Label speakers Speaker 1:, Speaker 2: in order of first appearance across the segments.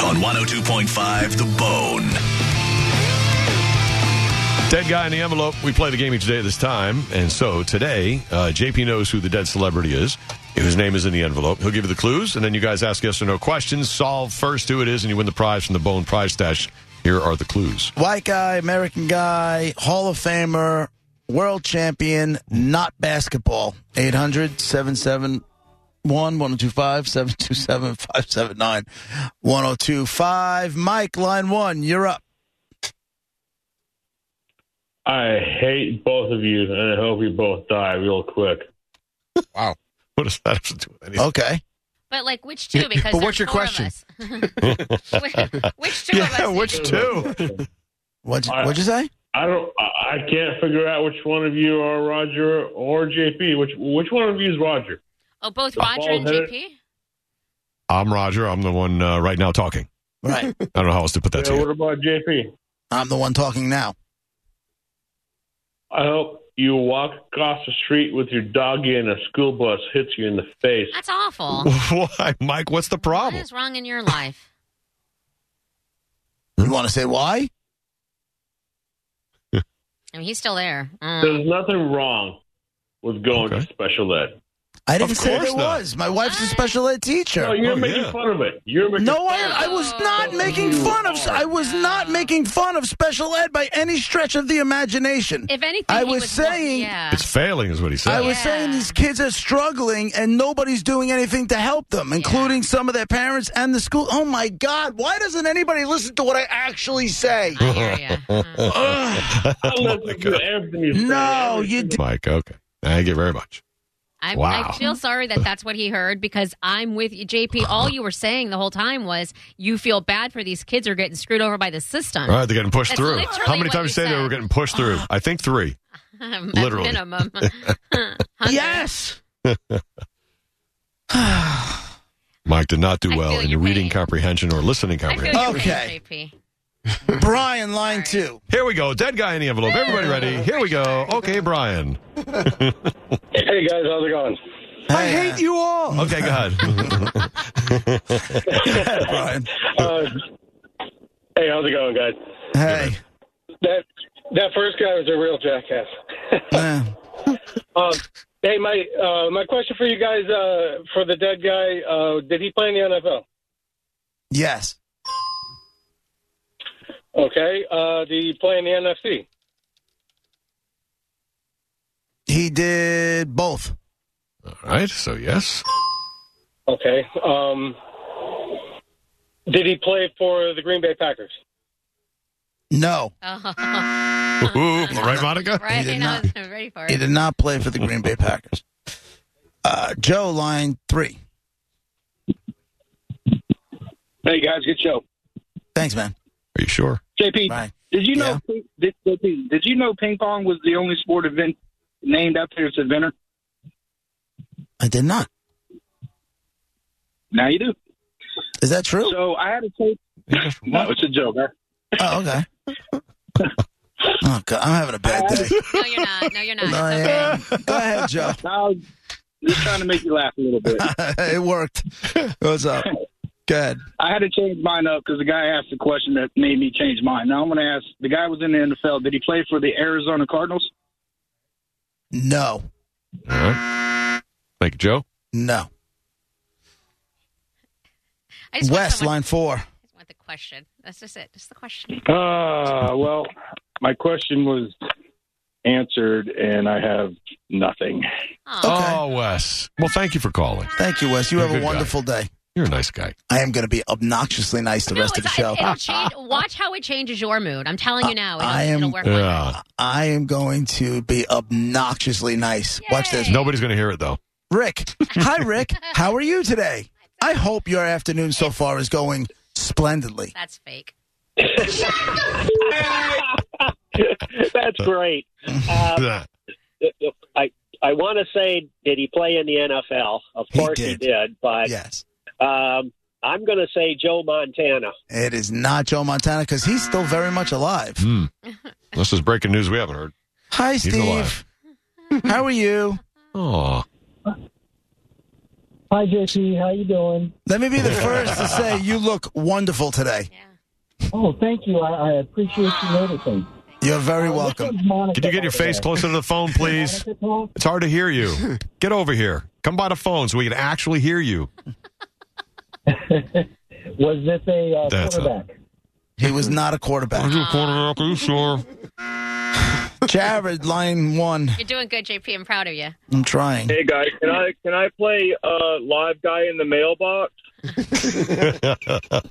Speaker 1: On 102.5 The Bone.
Speaker 2: Dead guy in the envelope. We play the game each day at this time. And so today, uh, JP knows who the dead celebrity is. His name is in the envelope. He'll give you the clues, and then you guys ask yes or no questions. Solve first who it is, and you win the prize from the Bone Prize Stash. Here are the clues.
Speaker 3: White guy, American guy, Hall of Famer, world champion, not basketball. 800 771 1025 727 579 1025. Mike, line one, you're up.
Speaker 4: I hate both of you, and I hope you both die real quick.
Speaker 2: What does that have to do with anything?
Speaker 3: Okay.
Speaker 5: But like which two? Because
Speaker 6: But
Speaker 5: there's
Speaker 6: what's your
Speaker 5: four
Speaker 6: question?
Speaker 5: Of us. Wh- which two of us?
Speaker 2: yeah,
Speaker 5: do
Speaker 2: which
Speaker 5: you-
Speaker 2: two?
Speaker 3: What'd, what'd you say?
Speaker 4: I don't. I I can't figure out which one of you are Roger or JP. Which which one of you is Roger?
Speaker 5: Oh, both
Speaker 4: The
Speaker 5: Roger and
Speaker 4: bald-headed-
Speaker 5: JP.
Speaker 2: I'm Roger. I'm the one uh, right now talking.
Speaker 3: Right.
Speaker 2: I don't know how else to put that to
Speaker 4: yeah,
Speaker 2: you.
Speaker 4: what about JP?
Speaker 3: I'm the one talking now.
Speaker 4: I hope you walk across the street with your doggy and a school bus hits you in the face.
Speaker 5: That's awful.
Speaker 2: Why, Mike? What's the
Speaker 5: What
Speaker 2: problem?
Speaker 5: is wrong in your life?
Speaker 3: You want to say why?
Speaker 5: I mean, he's still there. Mm.
Speaker 4: There's nothing wrong with going
Speaker 2: Okay.
Speaker 4: to special ed.
Speaker 3: I didn't
Speaker 2: Of
Speaker 3: say
Speaker 2: course
Speaker 3: there
Speaker 2: not.
Speaker 3: was. My wife's a special ed teacher.
Speaker 4: No, you're
Speaker 2: Oh,
Speaker 4: making
Speaker 2: yeah.
Speaker 4: fun of it. You're making
Speaker 3: No,
Speaker 4: fun of
Speaker 3: I, I was not making fun of. I was not making fun of special ed by any stretch of the imagination.
Speaker 5: If anything,
Speaker 3: I
Speaker 5: he
Speaker 3: was saying-
Speaker 5: yeah.
Speaker 2: It's failing, is what he said.
Speaker 3: I was
Speaker 5: Yeah.
Speaker 3: saying these kids are struggling and nobody's doing anything to help them, including some of their parents and the school. Oh my God! Why doesn't anybody listen to what I actually say?
Speaker 5: I hear ya. Mm.
Speaker 3: Ugh.
Speaker 4: I
Speaker 2: Oh, my
Speaker 4: listen
Speaker 2: God.
Speaker 4: to everything you say.
Speaker 3: no,
Speaker 4: Everything
Speaker 3: you. D-
Speaker 2: Mike, okay. Thank you very much.
Speaker 5: I,
Speaker 2: Wow.
Speaker 5: I feel sorry that that's what he heard because I'm with you, JP. All you were saying the whole time was you feel bad for these kids who are getting screwed over by the system.
Speaker 2: All right, they're getting pushed
Speaker 5: That's
Speaker 2: through.
Speaker 5: literally
Speaker 2: How many
Speaker 5: what
Speaker 2: times
Speaker 5: you
Speaker 2: did you say they
Speaker 5: said.
Speaker 2: were getting pushed through? I think three.
Speaker 5: At
Speaker 2: Literally.
Speaker 5: minimum. Hundred.
Speaker 3: yes.
Speaker 2: Mike did not do
Speaker 5: I
Speaker 2: well
Speaker 5: feel
Speaker 2: in
Speaker 5: your
Speaker 2: reading
Speaker 5: pain.
Speaker 2: comprehension or listening
Speaker 5: I feel
Speaker 2: comprehension.
Speaker 5: your
Speaker 3: Okay.
Speaker 5: pain, JP.
Speaker 3: Brian, line two.
Speaker 2: Here we go. Dead guy in the envelope. Everybody ready? Here we go. Okay, Brian.
Speaker 7: Hey guys, how's it going?
Speaker 3: I hate you all.
Speaker 2: Okay, go ahead.
Speaker 3: Brian.
Speaker 7: Uh, hey, how's it going, guys?
Speaker 3: Hey.
Speaker 7: That that first guy was a real jackass.
Speaker 3: Uh,
Speaker 7: um, hey, my uh, my question for you guys uh, for the dead guy: uh, Did he play in the NFL?
Speaker 3: yes.
Speaker 7: Okay. Uh, did he play in the NFC?
Speaker 3: He did both.
Speaker 2: All right, so yes.
Speaker 7: Okay. Um, did he play for the Green Bay Packers?
Speaker 3: No.
Speaker 5: Oh,
Speaker 2: Ooh, right, Monica?
Speaker 5: right.
Speaker 3: did
Speaker 5: I
Speaker 3: not.
Speaker 5: was ready for
Speaker 3: He
Speaker 5: it.
Speaker 3: did not play for the Green Bay Packers. Uh, Joe, line three.
Speaker 7: Hey guys, good show.
Speaker 3: Thanks, man.
Speaker 2: Are you sure?
Speaker 7: JP,
Speaker 3: Bye.
Speaker 7: did you
Speaker 3: know-
Speaker 7: Did, did you know ping pong was the only sport event named after its inventor?
Speaker 3: I did not.
Speaker 7: Now you do.
Speaker 3: Is that true?
Speaker 7: So I had to take. No, it's a joke. I-
Speaker 3: Oh, okay. Oh, God, I'm having a bad day.
Speaker 5: No, you're not. No, you're not.
Speaker 3: No,
Speaker 5: It's okay.
Speaker 3: I am. Go ahead, Joe.
Speaker 7: I was just trying to make you laugh a little bit.
Speaker 3: it worked. What's up? Go ahead.
Speaker 7: I had to change mine up because the guy asked a question that made me change mine. Now I'm going to ask the guy was in the NFL. Did he play for the Arizona Cardinals?
Speaker 3: No,
Speaker 2: All right. Thank you, Joe.
Speaker 3: no.
Speaker 5: I just want
Speaker 3: West,
Speaker 5: someone-
Speaker 3: line four.
Speaker 5: I just want the question. That's just it. Just the question.
Speaker 4: Ah,
Speaker 7: Uh, well, my question was answered, and I have nothing.
Speaker 5: Aw.
Speaker 3: Okay.
Speaker 2: Oh, Wes. Well, thank you for calling.
Speaker 3: Thank you, Wes. You
Speaker 2: You're a
Speaker 3: have a
Speaker 2: good
Speaker 3: wonderful day.
Speaker 2: You're a nice guy.
Speaker 3: I am going to be obnoxiously nice the
Speaker 5: No,
Speaker 3: rest of the
Speaker 5: it's-
Speaker 3: show.
Speaker 5: It'll change, watch how it changes your mood. I'm telling you now. It'll,
Speaker 3: I am-
Speaker 5: it'll work. like that.
Speaker 2: Yeah.
Speaker 3: I am going to be obnoxiously nice. Watch this.
Speaker 5: Yay.
Speaker 2: Nobody's going to hear it, though.
Speaker 3: Rick. Hi, Rick. How are you today? I hope your afternoon so far is going splendidly.
Speaker 5: That's fake.
Speaker 6: That's great. Uh, I I want to say, did he play in the NFL? Of
Speaker 3: He
Speaker 6: course
Speaker 3: did.
Speaker 6: he did, but
Speaker 3: Yes.
Speaker 6: um, I'm going to say Joe Montana.
Speaker 3: It is not Joe Montana because he's still very much alive.
Speaker 2: Hmm. This is breaking news we haven't heard.
Speaker 3: Hi,
Speaker 2: He's alive.
Speaker 3: Steve. How are you?
Speaker 2: Oh,
Speaker 8: Hi, JC. How you doing?
Speaker 3: Let me be the first to say you look wonderful today.
Speaker 5: Yeah.
Speaker 8: Oh, thank you. I, I appreciate you noticing.
Speaker 3: You're very
Speaker 8: This
Speaker 3: welcome.
Speaker 8: is Monica,
Speaker 2: can you get
Speaker 8: by
Speaker 2: your
Speaker 8: the
Speaker 2: face
Speaker 8: way.
Speaker 2: closer to the phone, please?
Speaker 8: Monica called?
Speaker 2: It's hard to hear you. Get over here. Come by the phone so we can actually hear you.
Speaker 8: Was this a uh,
Speaker 2: That's a-
Speaker 8: quarterback?
Speaker 3: He was not a quarterback. Jared, line one.
Speaker 5: You're doing good, JP. I'm proud of you.
Speaker 3: I'm trying.
Speaker 4: Hey guys, can I can I play uh, live guy in the mailbox?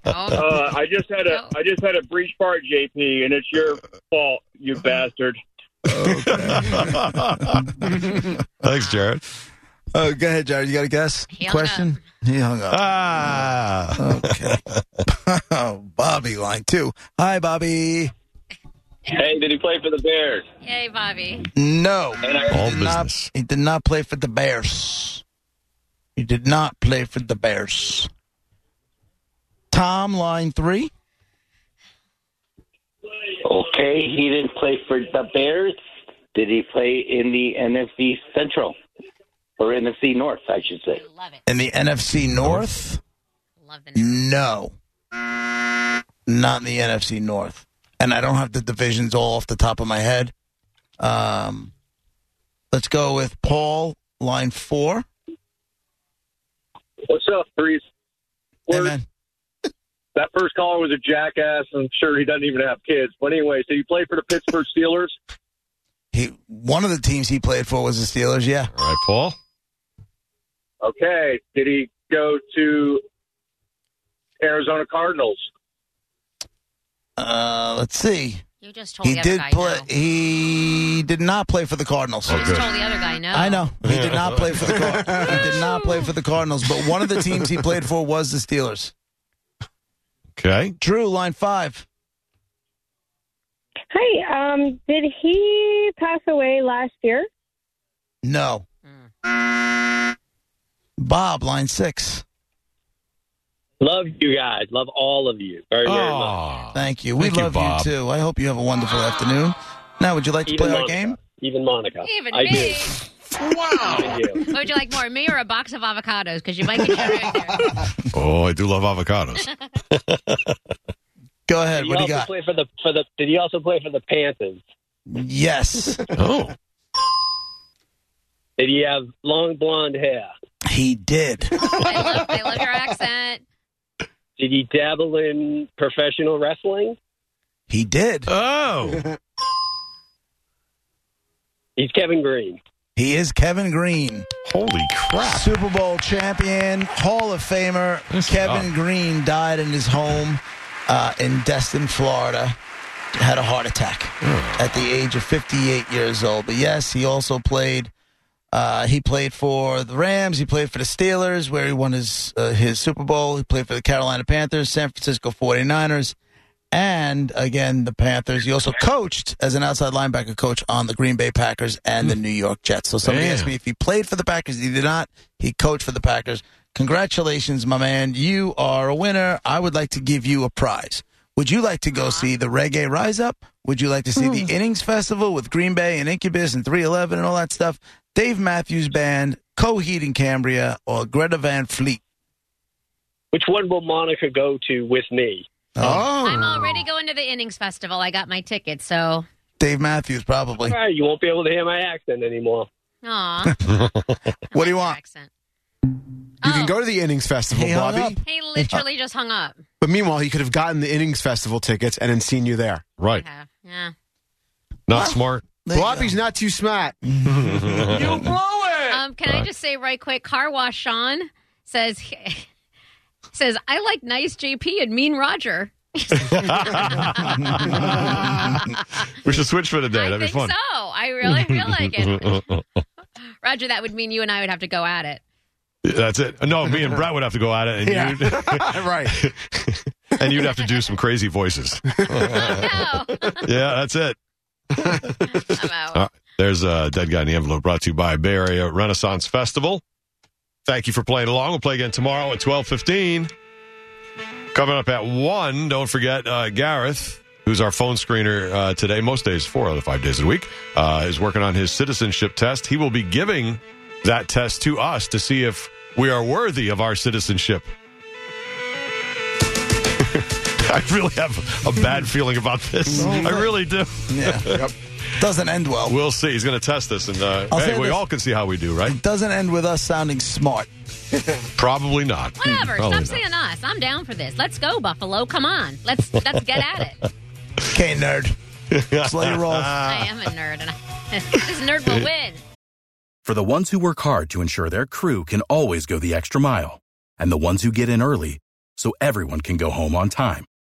Speaker 5: Oh,
Speaker 4: Uh, I just had a
Speaker 5: No.
Speaker 4: I just had a breach part, JP, and it's your fault, you bastard.
Speaker 2: Thanks, Jared.
Speaker 3: Oh, go ahead, Jared. You got a guess?
Speaker 5: He hung
Speaker 3: Question? He hung up.
Speaker 2: Ah.
Speaker 3: Okay. oh, Bobby, line two. Hi, Bobby.
Speaker 7: Hey, did he play for the Bears?
Speaker 5: yay, Bobby.
Speaker 3: No.
Speaker 2: All
Speaker 3: did not-
Speaker 2: business.
Speaker 3: he did not play for the Bears. He did not play for the Bears. Tom, line three.
Speaker 9: Okay, he didn't play for the Bears. Did he play in the NFC Central or NFC North? I should say.
Speaker 5: Love it.
Speaker 3: In the NFC North?
Speaker 5: Love the name.
Speaker 3: No. Not in the NFC North. And I don't have the divisions all off the top of my head. Um, let's go with Paul, line four.
Speaker 4: What's up, Breeze?
Speaker 3: Hey,
Speaker 4: Word.
Speaker 3: man.
Speaker 4: That first caller was a jackass. I'm sure he doesn't even have kids. But anyway, so you play for the Pittsburgh Steelers?
Speaker 3: He one of the teams he played for was the Steelers. Yeah,
Speaker 2: All right, Paul.
Speaker 4: Okay. Did he go to Arizona Cardinals?
Speaker 3: uh, let's see.
Speaker 5: You just told
Speaker 3: He
Speaker 5: the other
Speaker 3: did
Speaker 5: guy
Speaker 3: play.
Speaker 5: no.
Speaker 3: He did not play for the Cardinals.
Speaker 5: You just told the other guy no.
Speaker 3: I know he did not play for the Car- he did not play for the Cardinals, but one of the teams he played for was the Steelers.
Speaker 2: Okay.
Speaker 3: Drew, line five.
Speaker 10: Hi. Um, did he pass away last year?
Speaker 3: No.
Speaker 5: Mm.
Speaker 3: Bob, line six.
Speaker 6: Love you guys. Love all of you very, very much.
Speaker 2: Oh.
Speaker 3: Thank you. We
Speaker 2: Thank you,
Speaker 3: love
Speaker 2: Bob.
Speaker 3: you too. I hope you have a wonderful afternoon. Now, would you like to
Speaker 6: Even
Speaker 3: play our
Speaker 6: Monica.
Speaker 3: game?
Speaker 6: Even Monica.
Speaker 5: Even
Speaker 6: I
Speaker 5: me.
Speaker 6: Do. I do.
Speaker 5: What would you like more, me or a box of avocados? Because you might get out there.
Speaker 2: Oh, I do love avocados.
Speaker 3: Go
Speaker 6: Did
Speaker 3: ahead.
Speaker 6: he
Speaker 3: What do
Speaker 6: also
Speaker 3: you got?
Speaker 6: play for the for the? Did he also play for the Panthers?
Speaker 3: Yes,
Speaker 2: Oh.
Speaker 6: Did he have long blonde hair?
Speaker 3: he did.
Speaker 5: They love, they love your accent.
Speaker 6: Did he dabble in professional wrestling?
Speaker 3: He did.
Speaker 2: Oh.
Speaker 6: He's Kevin Green.
Speaker 3: He is Kevin Green.
Speaker 2: Holy crap.
Speaker 3: Super Bowl champion, Hall of Famer
Speaker 2: Nice
Speaker 3: Kevin
Speaker 2: job.
Speaker 3: Green died in his home uh, in Destin, Florida. Had a heart attack at the age of 58 years old. But yes, he also played. Uh, he played for the Rams. He played for the Steelers, where he won his uh, his Super Bowl. He played for the Carolina Panthers, San Francisco 49ers, and again the Panthers. He also coached as an outside linebacker coach on the Green Bay Packers and the
Speaker 11: Hmm.
Speaker 3: New York Jets. So somebody
Speaker 2: Damn.
Speaker 3: asked me if he played for the Packers. He did not. He coached for the Packers. Congratulations, my man. You are a winner. I would like to give you a prize. Would you like to go see the Reggae Rise Up? Would you like to see the Innings Festival with Green Bay and Incubus and 311 and all that stuff? Dave Matthews Band, Coheed and Cambria, or Greta Van Fleet?
Speaker 6: Which one will Monica go to with me?
Speaker 5: I'm
Speaker 3: Oh,
Speaker 5: already going to the innings festival. I got my ticket, so
Speaker 3: Dave Matthews, probably.
Speaker 6: All right, you won't be able to hear my accent anymore.
Speaker 5: aw.
Speaker 3: What do you want?
Speaker 5: Accent.
Speaker 11: You can
Speaker 5: Oh.
Speaker 11: go to the innings festival,
Speaker 3: He hung
Speaker 11: Bobby.
Speaker 5: He literally just hung up.
Speaker 11: But meanwhile, he could have gotten the innings festival tickets and then seen you there.
Speaker 2: Right.
Speaker 5: Yeah. yeah.
Speaker 2: Not smart.
Speaker 3: There you go.
Speaker 11: Bobby's not too smart.
Speaker 5: Um, can I just say right quick? Car wash Sean says says I like nice JP and mean Roger.
Speaker 2: We should switch for the day.
Speaker 5: I
Speaker 2: That'd be fun.
Speaker 5: think so. I really feel like it. Roger, that would mean you and I would have to go at it.
Speaker 2: That's it. No, me and Brett would have to go at it. And
Speaker 11: Yeah.
Speaker 2: you
Speaker 11: right.
Speaker 2: and you'd have to do some crazy voices. yeah, that's it. All right. There's a dead guy in the envelope brought to you by Bay Area Renaissance Festival. Thank you for playing along. We'll play again tomorrow at twelve fifteen. Coming up at one. Don't forget uh, Gareth, who's our phone screener uh, today. Most days, four out of five days of the week, uh, is working on his citizenship test. He will be giving that test to us to see if we are worthy of our citizenship. I really have a bad feeling about this. I really do.
Speaker 12: Yeah. Doesn't end well.
Speaker 2: We'll see. He's going to test us, and uh,
Speaker 12: I'll
Speaker 2: hey,
Speaker 12: say
Speaker 2: we
Speaker 12: this.
Speaker 2: all can see how we do, right?
Speaker 12: Doesn't end with us sounding smart.
Speaker 2: Probably not.
Speaker 5: Whatever.
Speaker 2: Probably
Speaker 5: Stop saying us. I'm down for this. Let's go, Buffalo. Come on. Let's let's get at it.
Speaker 12: Okay, nerd. Slow your roll.
Speaker 5: I am a nerd, and I, this nerd will win.
Speaker 3: For the ones who work hard to ensure their crew can always go the extra mile, and the ones who get in early so everyone can go home on time,